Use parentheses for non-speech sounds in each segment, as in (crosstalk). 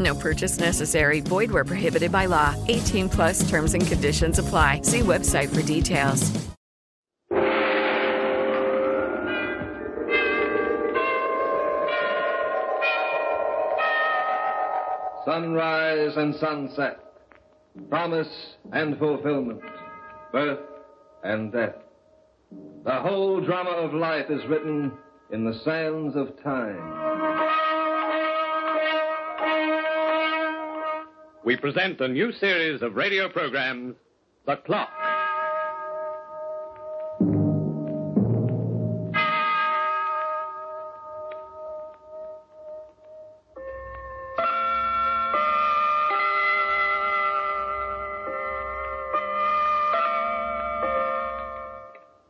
No purchase necessary. Void where prohibited by law. 18 plus terms and conditions apply. See website for details. Sunrise and sunset, promise and fulfillment, birth and death. The whole drama of life is written in the sands of time. We present a new series of radio programs, The Clock.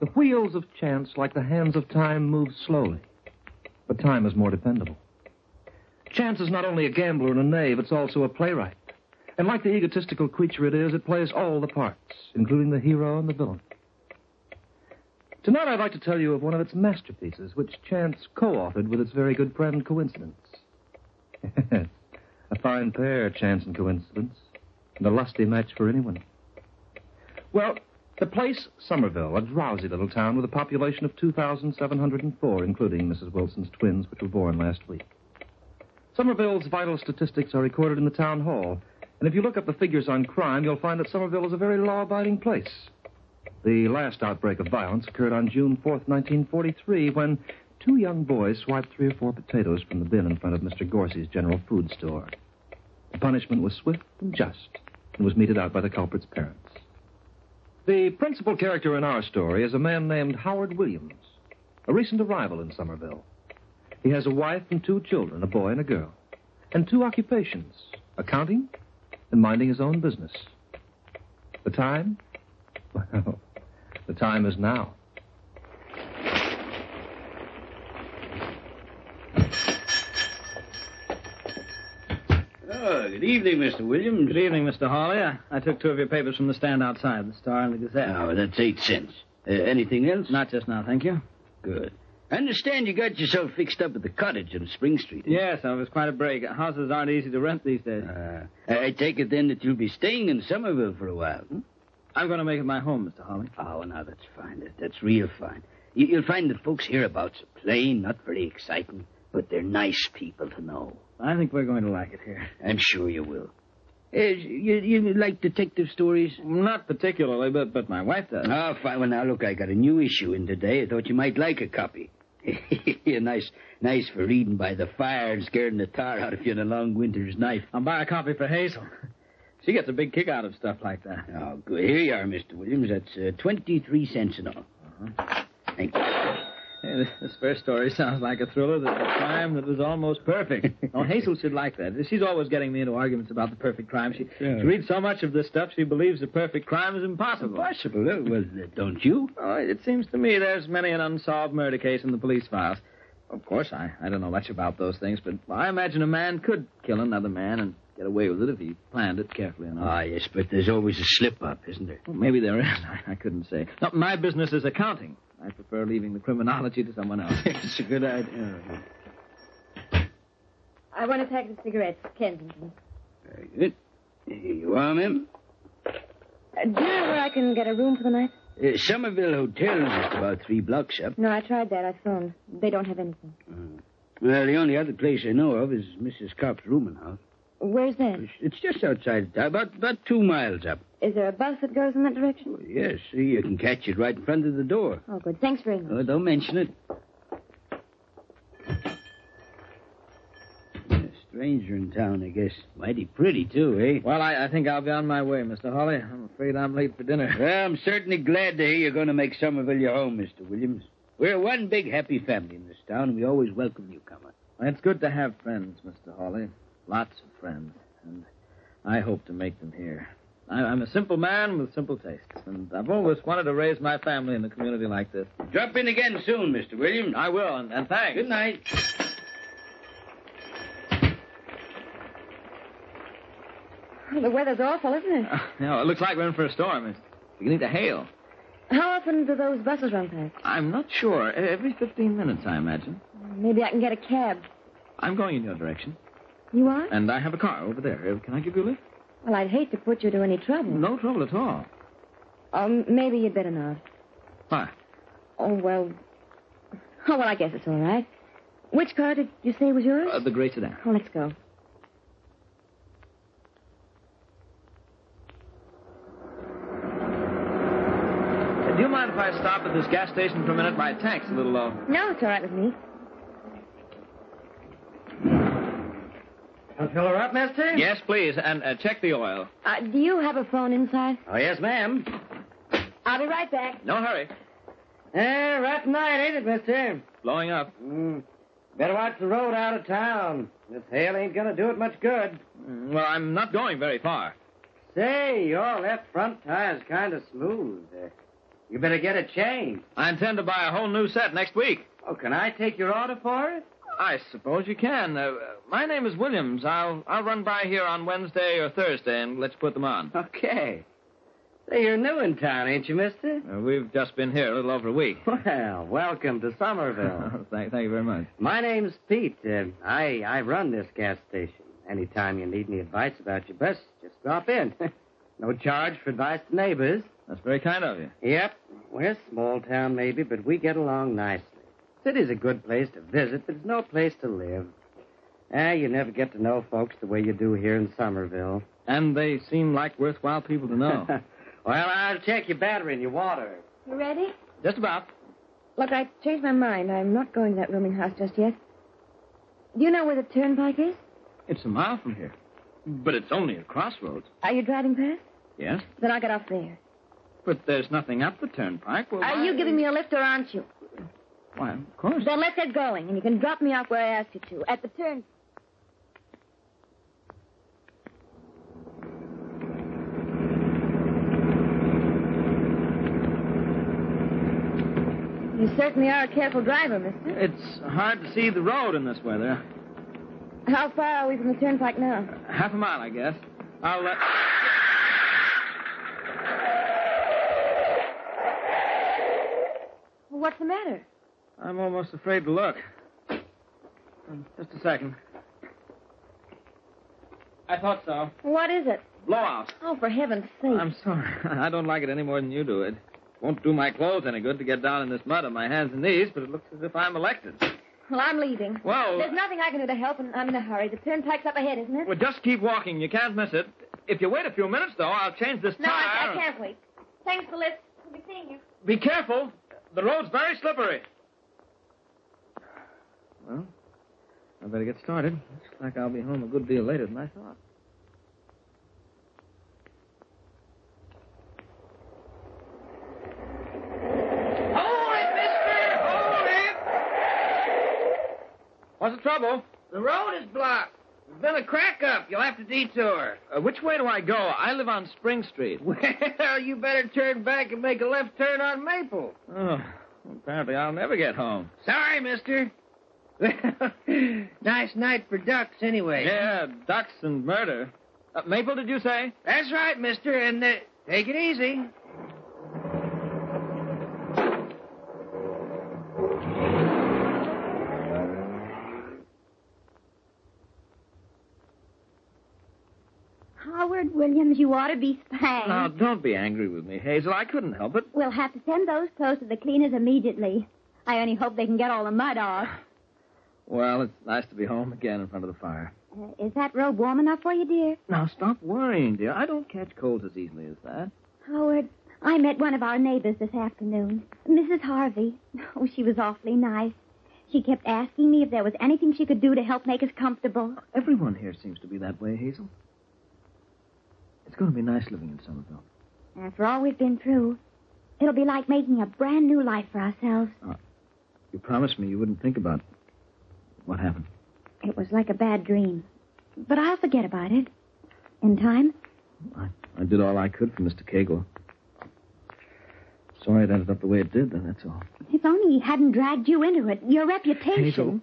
The wheels of chance, like the hands of time, move slowly. But time is more dependable. Chance is not only a gambler and a knave, it's also a playwright. And like the egotistical creature it is, it plays all the parts, including the hero and the villain. Tonight I'd like to tell you of one of its masterpieces, which Chance co authored with its very good friend Coincidence. (laughs) a fine pair, Chance and Coincidence, and a lusty match for anyone. Well, the place, Somerville, a drowsy little town with a population of 2,704, including Mrs. Wilson's twins, which were born last week. Somerville's vital statistics are recorded in the town hall, and if you look up the figures on crime, you'll find that Somerville is a very law abiding place. The last outbreak of violence occurred on June 4th, 1943, when two young boys swiped three or four potatoes from the bin in front of Mr. Gorsey's general food store. The punishment was swift and just, and was meted out by the culprit's parents. The principal character in our story is a man named Howard Williams, a recent arrival in Somerville. He has a wife and two children, a boy and a girl, and two occupations accounting and minding his own business. The time? Well, the time is now. Oh, good evening, Mr. Williams. Good evening, Mr. Hawley. I, I took two of your papers from the stand outside, the Star and the Gazette. Oh, that's eight cents. Uh, anything else? Not just now, thank you. Good. I understand you got yourself fixed up at the cottage on Spring Street. Yes, it was quite a break. Houses aren't easy to rent these days. Uh, I I take it then that you'll be staying in Somerville for a while. Hmm? I'm going to make it my home, Mr. Hawley. Oh, now that's fine. That, that's real fine. You, you'll find that folks hereabouts are plain, not very exciting, but they're nice people to know. I think we're going to like it here. I'm sure you will. Eh, you, you like detective stories? Not particularly, but, but my wife (laughs) does. Oh, fine. Well, now look, I got a new issue in today. I thought you might like a copy. (laughs) nice, nice for reading by the fire and scaring the tar out of you in a long winter's night. I'll buy a copy for Hazel. She gets a big kick out of stuff like that. Oh, good. Here you are, Mr. Williams. That's uh, 23 cents in all. Uh-huh. Thank you. Hey, this- this first story sounds like a thriller that a crime that was almost perfect. oh, Hazel should like that. She's always getting me into arguments about the perfect crime. She, Yeah. she reads so much of this stuff, she believes a perfect crime is impossible. Possible. eh? Well, uh, don't you? Oh, it seems to me there's many an unsolved murder case in the police files. Of course, I, I don't know much about those things, but I imagine a man could kill another man and get away with it if he planned it carefully enough. Ah, yes, but there's always a slip up, isn't there? (laughs) Well, maybe there is. I, I couldn't say. No, my business is accounting. I prefer leaving the criminology to someone else. it's a good idea. I want a pack of cigarettes, Kensington. Very good. Here you are, ma'am. Uh, do you know where I can get a room for the night? Uh, Somerville Hotel is just about three blocks up. No, I tried that. I phoned. They don't have anything. Well, the only other place I know of is Mrs. Copp's rooming house. Where's that? It's just outside, about about two miles up. Is there a bus that goes in that direction? Yes, see, you can catch it right in front of the door. Oh, good. Thanks very much. Oh, don't mention it. A stranger in town, I guess. Mighty pretty, too, eh? Well, I, I think I'll be on my way, Mr. Hawley. I'm afraid I'm late for dinner. Well, I'm certainly glad to hear you're going to make Somerville your home, Mr. Williams. We're one big happy family in this town, and we always welcome newcomer. Well, it's good to have friends, Mr. Hawley. Lots of friends. And I hope to make them here. I, I'm a simple man with simple tastes, and I've always wanted to raise my family in a community like this. Drop in again soon, Mr. Williams. I will, and, and thanks. Good night. Well, the weather's awful, isn't it? No, it looks like we're in for a storm. It's beginning to hail. (laughs) How often do those buses run past? I'm not sure. E- Every 15 minutes, I imagine. Maybe I can get a cab. I'm going in your direction, You are? and I have a car over there. Uh, Can I give you a lift? Well, I'd hate to put you to any trouble. No trouble at all. Um, maybe you'd better not. Why? Oh, well. Oh, well, I guess it's all right. Which car did you say was yours? Uh, the gray sedan. Oh, let's go. Uh, Do you mind if I stop at this gas station for a minute? My tank's a little low. No, it's all right with me. I'll fill her up, mister? Yes, please, and uh, check the oil. Uh, do you have a phone inside? Oh, yes, ma'am. I'll be right back. No hurry. Eh, rough night, ain't it, mister? Blowing up. Mm. Better watch the road out of town. This hail ain't gonna do it much good. Mm, Well, I'm not going very far. Say, your left front tire's kinda smooth. Uh, you better get it changed. I intend to buy a whole new set next week. Oh, can I take your order for it? (laughs) I suppose you can. Uh, my name is Williams. I'll I'll run by here on Wednesday or Thursday and let you put them on. Okay. Say, you're new in town, ain't you, mister? Uh, we've just been here a little over a week. Well, welcome to Somerville. thank, thank you very much. My name's Pete. Uh, I I run this gas station. Anytime you need any advice about your bus, just drop in. (laughs) no charge for advice to neighbors. That's very kind of you. Yep, we're small town maybe, but we get along nicely. City's a good place to visit, but it's no place to live. Ah, you never get to know folks the way you do here in Somerville. And they seem like worthwhile people to (laughs) know. Well, I'll check your battery and your water. (laughs) You ready? just about. Look, I changed my mind. I'm not going to that rooming house just yet. Do you know where the turnpike is? It's a mile from here, but it's only a crossroads. Are you driving past? Yes, Then I'll get off there. but there's nothing up the turnpike. Well, Are why- you giving me a lift or aren't you? Why, of course. Then let's get going, and you can drop me off where I asked you to, at the turn. You certainly are a careful driver, mister. It's hard to see the road in this weather. How far are we from the turnpike now? Half a mile, I guess. I'll. Uh... Well, what's the matter? I'm almost afraid to look. Um, Just a second. I thought so. What is it? Blowout. Oh, for heaven's sake. I'm sorry. (laughs) I don't like it any more than you do. It won't do my clothes any good to get down in this mud on my hands and knees, but it looks as if I'm elected. Well, I'm leaving. Well- There's nothing I can do to help, and I'm in a hurry. The turnpike's up ahead, isn't it? Well, just keep walking. You can't miss it. If you wait a few minutes, though, I'll change this no, tire. I, I can't wait. Thanks for listening. We'll be seeing you. Be careful. The road's very slippery. Well, I better get started. Looks like I'll be home a good deal later than I thought. Hold it, mister! Hold it! What's the trouble? The road is blocked. There's been a crack up. You'll have to detour. Uh, which way do I go? I live on Spring Street. Well, you better turn back and make a left turn on Maple. Oh, apparently I'll never get home. Sorry, mister. nice night for ducks, anyway. Yeah, ducks and murder. Uh, Maple, did you say? That's right, mister, and uh, take it easy. Howard Williams, you ought to be spanked. Now, don't be angry with me, Hazel. I couldn't help it. We'll have to send those clothes to the cleaners immediately. I only hope they can get all the mud off. Well, it's nice to be home again in front of the fire. Uh, is that robe warm enough for you, dear? Now, stop worrying, dear. I don't catch colds as easily as that. Howard, I met one of our neighbors this afternoon, Mrs. Harvey. Oh, she was awfully nice. She kept asking me if there was anything she could do to help make us comfortable. Everyone here seems to be that way, Hazel. It's going to be nice living in Somerville. After all we've been through, it'll be like making a brand new life for ourselves. You promised me you wouldn't think about what happened. It was like a bad dream. But I'll forget about it. In time. I did all I could for Mr. Cagle. Sorry it ended up the way it did, then, that's all. If only he hadn't dragged you into it, your reputation. Hazel.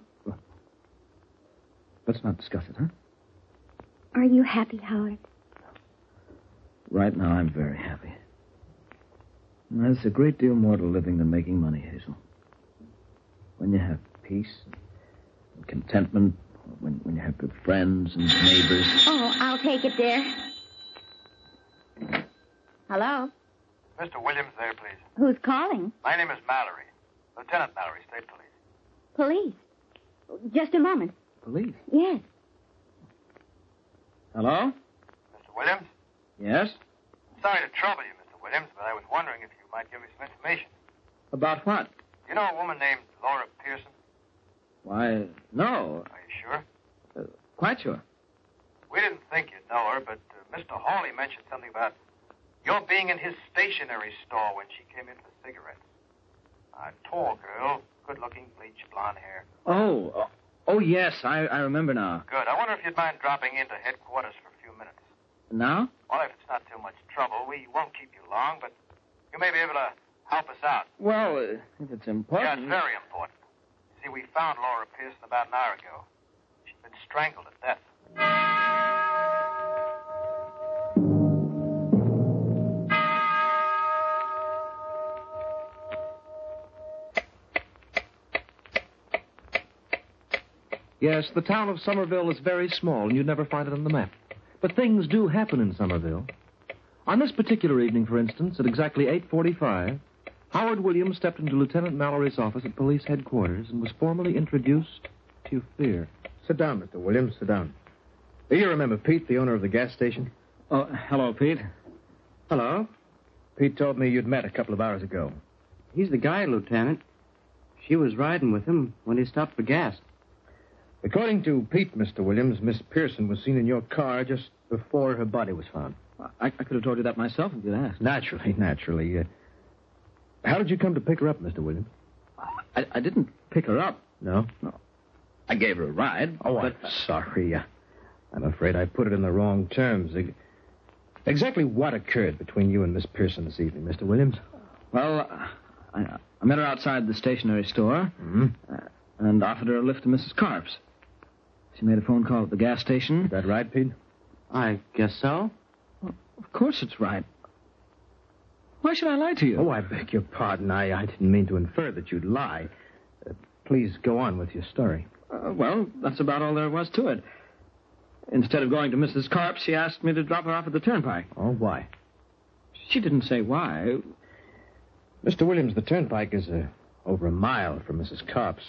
Let's not discuss it, huh? Are you happy, Howard? Right now, I'm very happy. And There's a great deal more to living than making money, Hazel. When you have peace and contentment, when, when you have good friends and neighbors. Oh, I'll take it, dear. Hello? Mr. Williams there, please. Who's calling? My name is Mallory. Lieutenant Mallory, State Police. Police. Just a moment. Police? Yes. Hello? Mr. Williams? Yes? Sorry to trouble you, Mr. Williams, but I was wondering if you might give me some information. About what? You know a woman named Laura Pearson? Why, no. Are you sure? Uh, quite sure. We didn't think you'd know her, but uh, Mr. Hawley mentioned something about your being in his stationery store when she came in for cigarettes. A tall girl, good looking, bleached blonde hair. Oh, oh, oh yes, I, I remember now. Good. I wonder if you'd mind dropping into headquarters for a few minutes. Now? Well, if it's not too much trouble, we won't keep you long, but you may be able to help us out. Well, uh, if it's Yeah, important. it's very important. See, we found Laura Pearson about an hour ago. She'd been strangled to death. Yes, the town of Somerville is very small, and you'd never find it on the map. But things do happen in Somerville. On this particular evening, for instance, at exactly 8.45, Howard Williams stepped into Lieutenant Mallory's office at police headquarters and was formally introduced to fear. Sit down, Mr. Williams. Sit down. Do you remember Pete, the owner of the gas station? Oh, hello, Pete. Hello. Pete told me you'd met a couple of hours ago. He's the guy, Lieutenant. She was riding with him when he stopped for gas. According to Pete, Mr. Williams, Miss Pearson was seen in your car just before her body was found. I, I could have told you that myself if you'd asked. Naturally, (laughs) naturally. Uh, how did you come to pick her up, Mr. Williams? I, I didn't pick her up. No? No. I gave her a ride. Oh, I'm sorry. Uh, I'm afraid I put it in the wrong terms. Ex- Exactly what occurred between you and Miss Pearson this evening, Mr. Williams? Well, I, I met her outside the stationery store Mm-hmm. uh, and offered her a lift to Mrs. Carp's. She made a phone call at the gas station. Is that right, Pete? I guess so. of course it's right. Why should I lie to you? Oh, I beg your pardon. I, I didn't mean to infer that you'd lie. Uh, please go on with your story. Uh, well, that's about all there was to it. Instead of going to Mrs. Carp, she asked me to drop her off at the turnpike. Oh, why? She didn't say why. Mr. Williams, the turnpike is uh, over a mile from Mrs. Carp's.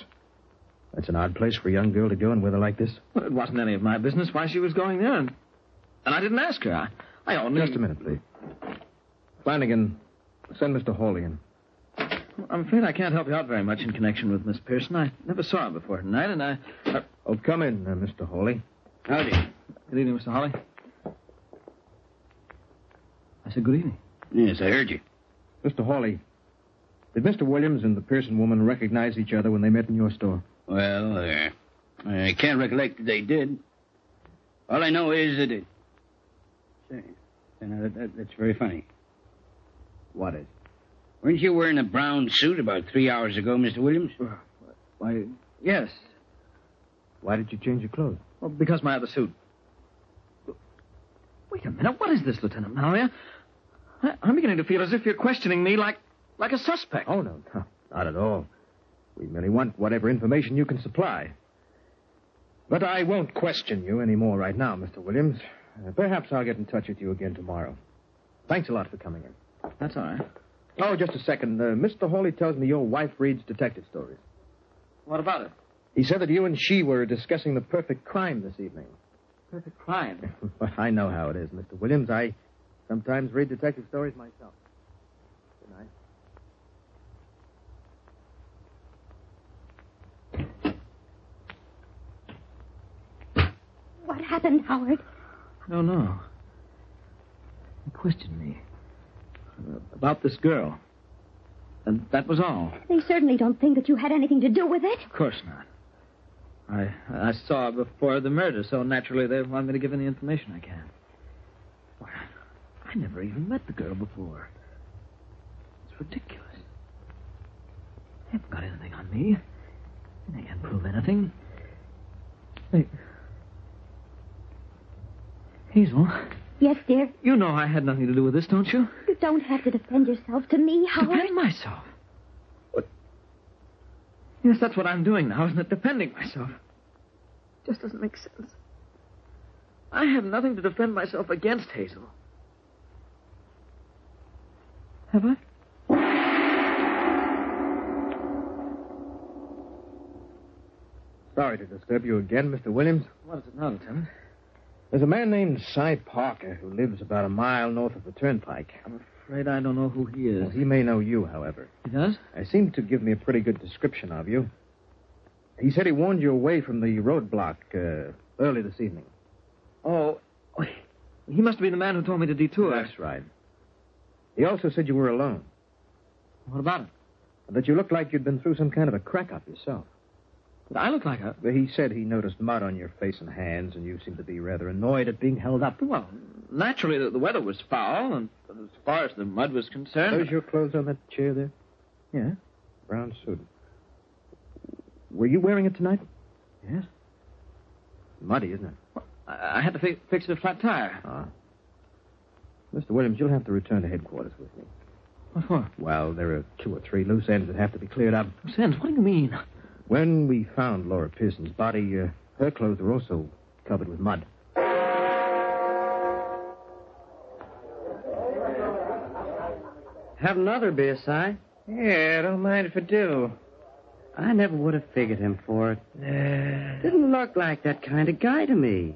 That's an odd place for a young girl to go in weather like this. Well, it wasn't any of my business why she was going there, and, and I didn't ask her. I, I only. Just a minute, please. Flanagan, send Mr. Hawley in. I'm afraid I can't help you out very much in connection with Miss Pearson. I never saw her before tonight, and I. I- Oh, come in, uh, Mr. Hawley. Howdy. Good evening, Mr. Holly. I said good evening. Yes, I heard you. Mr. Hawley, did Mr. Williams and the Pearson woman recognize each other when they met in your store? Well, uh, I can't recollect that they did. All I know is that it. Say, you know, that, that, that's very funny. What is? Weren't you wearing a brown suit about three hours ago, Mr. Williams? Why, yes. Why did you change your clothes? Well, because my other suit. Wait a minute. What is this, Lieutenant Mallory? I, I'm beginning to feel as if you're questioning me like, like a suspect. Oh, no, no, not at all. We merely want whatever information you can supply. But I won't question you any more right now, Mr. Williams. Uh, perhaps I'll get in touch with you again tomorrow. Thanks a lot for coming in. That's all right. Oh, just a second. Uh, Mr. Hawley tells me your wife reads detective stories. What about it? He said that you and she were discussing the perfect crime this evening. Perfect crime. (laughs) I know how it is, Mr. Williams. I sometimes read detective stories myself. Good night. What happened, Howard? I don't know. He questioned me uh, about this girl. And that was all. They certainly don't think that you had anything to do with it. Of course not. I I saw her before the murder, so naturally they want me to give any information I can. Why, I never even met the girl before. It's ridiculous. They haven't got anything on me. They can't prove anything. They... Hazel, Yes, dear. you know I had nothing to do with this, don't you? You don't have to defend yourself to me, Howard. (laughs) Defend myself. What? Yes, that's what I'm doing now, isn't it? Defending myself. Just doesn't make sense. I have nothing to defend myself against, Hazel. Have I? Sorry to disturb you again, Mr. Williams. What is it now, Lieutenant? There's a man named Cy Parker who lives about a mile north of the turnpike. I'm afraid I don't know who he is. Well, he may know you, however. He does? I seem to give me a pretty good description of you. He said he warned you away from the roadblock uh, early this evening. Oh, he must be the man who told me to detour. That's right. He also said you were alone, What about him? and that you looked like you'd been through some kind of a crack up yourself. Did I look like a... But He said he noticed mud on your face and hands, and you seemed to be rather annoyed at being held up. Well, naturally, the, the weather was foul, and as far as the mud was concerned... Those your clothes on that chair there? Yeah? Brown suit. Were you wearing it tonight? Yes? Muddy, isn't it? I, I had to fi- fix a flat tire. Ah. Mr. Williams, you'll have to return to headquarters with me. What for? Well, there are two or three loose ends that have to be cleared up. Sands, what do you mean? When we found Laura Pearson's body, uh, her clothes were also covered with mud. Have another beer, Si. Yeah, don't mind if I do. I never would have figured him for it. Didn't look like that kind of guy to me.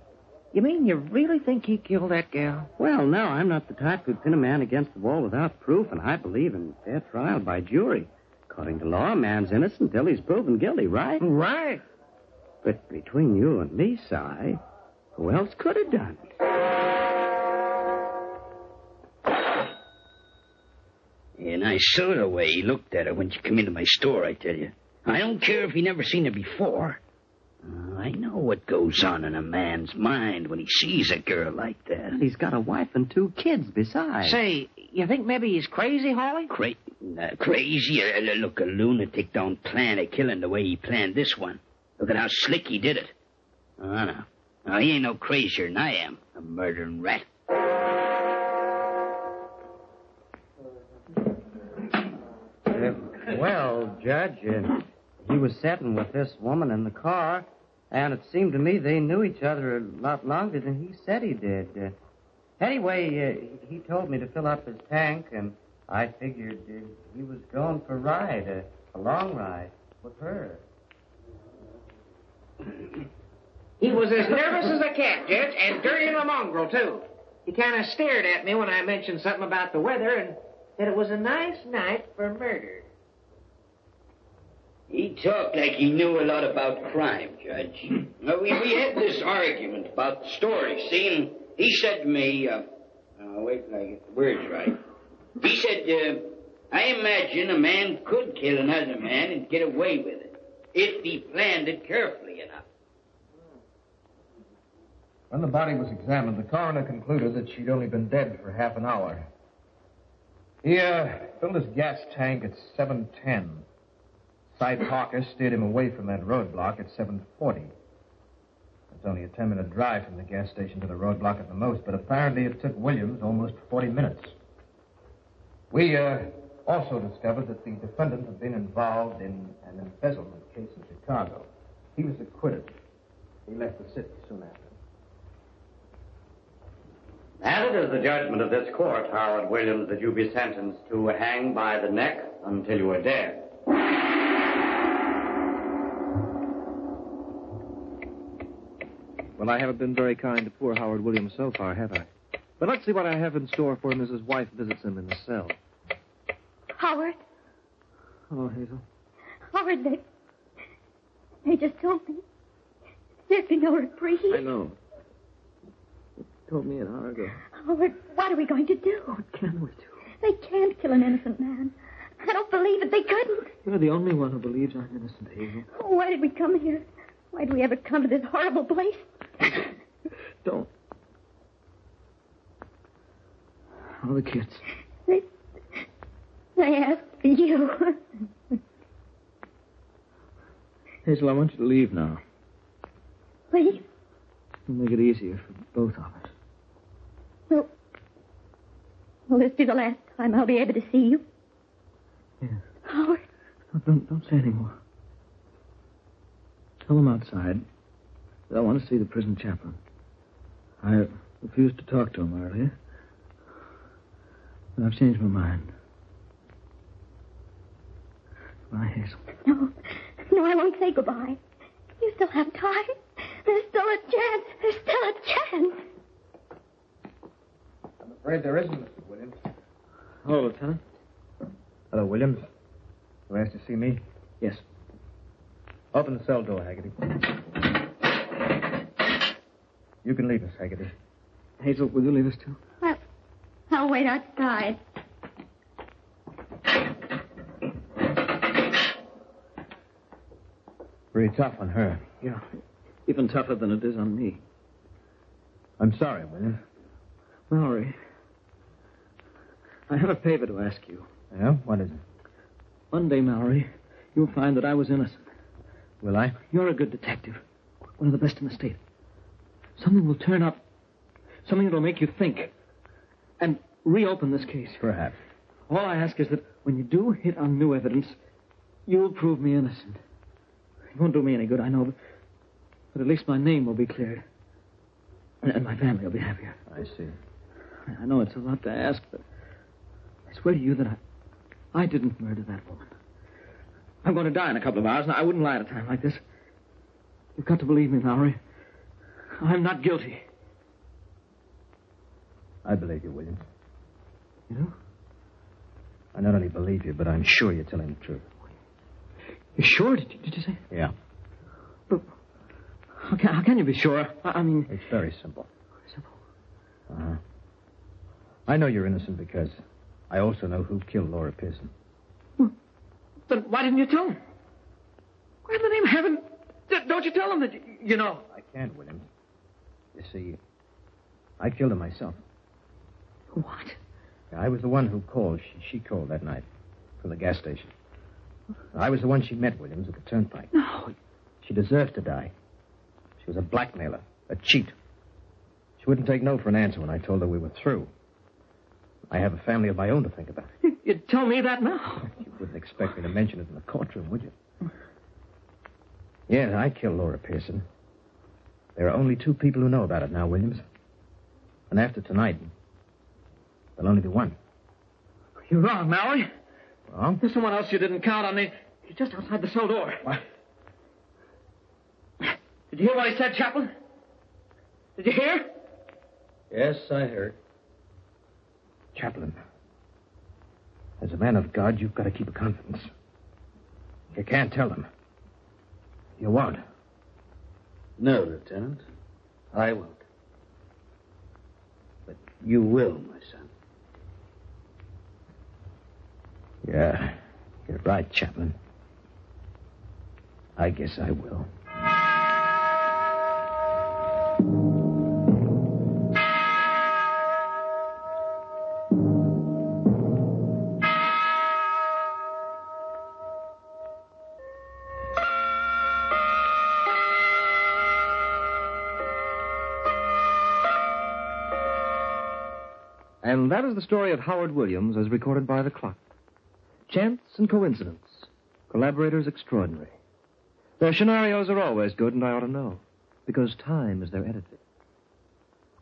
You mean you really think he killed that girl? Well, no, I'm not the type who'd pin a man against the wall without proof, and I believe in fair trial by jury. According to law, a man's innocent till he's proven guilty, right? Right. But between you and me, Si, who else could have done it? And I saw the way he looked at her when she came into my store, I tell you. I don't care if he never seen her before. Uh, I know what goes on in a man's mind when he sees a girl like that. He's got a wife and two kids besides. Say, you think maybe he's crazy, Holly? Cra- uh, crazy? Uh, look, a lunatic don't plan a killing the way he planned this one. Look at how slick he did it. I know. Now, he ain't no crazier than I am, a murdering rat. Uh, well, Judge, uh, he was sitting with this woman in the car, and it seemed to me they knew each other a lot longer than he said he did. Uh, anyway, uh, he told me to fill up his tank, and I figured uh, he was going for a ride, uh, a long ride, with her. He was as nervous as a cat, Judge, and dirty as a mongrel, too. He kind of stared at me when I mentioned something about the weather and said it was a nice night for murder. He talked like he knew a lot about crime, Judge. Hmm. Now, we, we had this argument about the story, see? And he said to me, uh, uh, wait till I get the words right. He said, uh, I imagine a man could kill another man and get away with it if he planned it carefully enough. When the body was examined, the coroner concluded that she'd only been dead for half an hour. He uh, filled his gas tank at 7.10. Cy Parker steered him away from that roadblock at 7.40. It's only a 10-minute drive from the gas station to the roadblock at the most, but apparently it took Williams almost 40 minutes. We uh, also discovered that the defendant had been involved in an embezzlement case in Chicago. He was acquitted. He left the city soon after. And it is the judgment of this court, Howard Williams, that you be sentenced to hang by the neck until you are dead. Well, I haven't been very kind to poor Howard Williams so far, have I? But let's see what I have in store for him as his wife visits him in the cell. Howard, Hello, Hazel. Howard, they, they just told me there'd be no reprieve. I know. You told me an hour ago. Howard, what are we going to do? What can we do? They can't kill an innocent man. I don't believe it. They couldn't. You're the only one who believes I'm innocent, Hazel. Oh, why did we come here? Why did we ever come to this horrible place? Don't. All the kids. They, they asked for you. Hazel, I want you to leave now. Please, It'll make it easier for both of us. will, will this be the last time I'll be able to see you? Yes. Howard, Don't, don't, don't say any more. Tell them outside that I want to see the prison chaplain. I refused to talk to him earlier, but I've changed my mind. Goodbye, Hazel. no. No, I won't say goodbye. You still have time. There's still a chance. There's still a chance. I'm afraid there isn't, Mr. Williams. Hello, Lieutenant. Hello, Williams. You asked to see me? Yes. Open the cell door, Haggerty. You can leave us, Haggerty. Hazel, will you leave us too? Well, I'll wait outside. Pretty tough on her. Yeah. Even tougher than it is on me. I'm sorry, Williams. Mallory, I have a favor to ask you. Yeah? What is it? One day, Mallory, you'll find that I was innocent. Will I? You're a good detective, one of the best in the state. Something will turn up, something that'll make you think and reopen this case. Perhaps. All I ask is that when you do hit on new evidence, you'll prove me innocent. It won't do me any good, I know, but, but at least my name will be cleared. And, and my family will be happier. I see. I know it's a lot to ask, but I swear to you that I, I didn't murder that woman. I'm going to die in a couple of hours, and I wouldn't lie at a time like this. You've got to believe me, Lowry. I'm not guilty. I believe you, Williams. You know? I not only believe you, but I'm sure you're telling the truth. You're sure? Did you, did you say? Yeah. How can, how can you be sure? I, I mean, It's very simple. Simple. Uh-huh. I know you're innocent because I also know who killed Laura Pearson. then why didn't you tell him? Why in the name of heaven? d- Don't you tell him that y- you know? I can't, Williams. You see, I killed her myself. What? I was the one who called. She, she called that night from the gas station. I was the one she met, Williams, at the turnpike. No. She deserved to die. She was a blackmailer, a cheat. She wouldn't take no for an answer when I told her we were through. I have a family of my own to think about. You'd tell me that now. You wouldn't expect me to mention it in the courtroom, would you? Yes, I killed Laura Pearson. There are only two people who know about it now, Williams. And after tonight, there'll only be one. You're wrong, Mallory. Wrong? There's someone else you didn't count on. They- He's just outside the cell door. What? Did you hear what he said, Chaplain? Did you hear? Yes, I heard. Chaplain, as a man of God, you've got to keep a confidence. You can't tell them. You won't. No, Lieutenant. I won't. But you will, my son. Yeah, you're right, Chaplain. I guess I will. And that is the story of Howard Williams as recorded by the clock. Chance and coincidence. Collaborators extraordinary. Their scenarios are always good, and I ought to know, because time is their editor.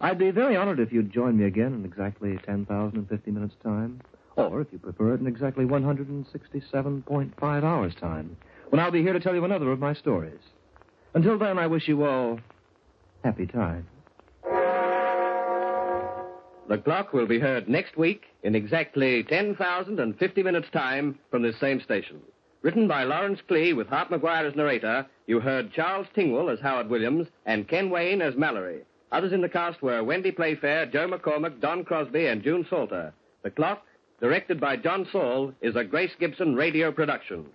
I'd be very honored if you'd join me again in exactly 10,050 minutes' time, or if you prefer it, in exactly 167.5 hours' time, when I'll be here to tell you another of my stories. Until then, I wish you all Happy tide. The clock will be heard next week in exactly 10,050 minutes' time from this same station. Written by Lawrence Clee with Hart McGuire as narrator, you heard Charles Tingwell as Howard Williams and Ken Wayne as Mallory. Others in the cast were Wendy Playfair, Joe McCormick, Don Crosby, and June Salter. The clock, directed by John Saul, is a Grace Gibson radio production.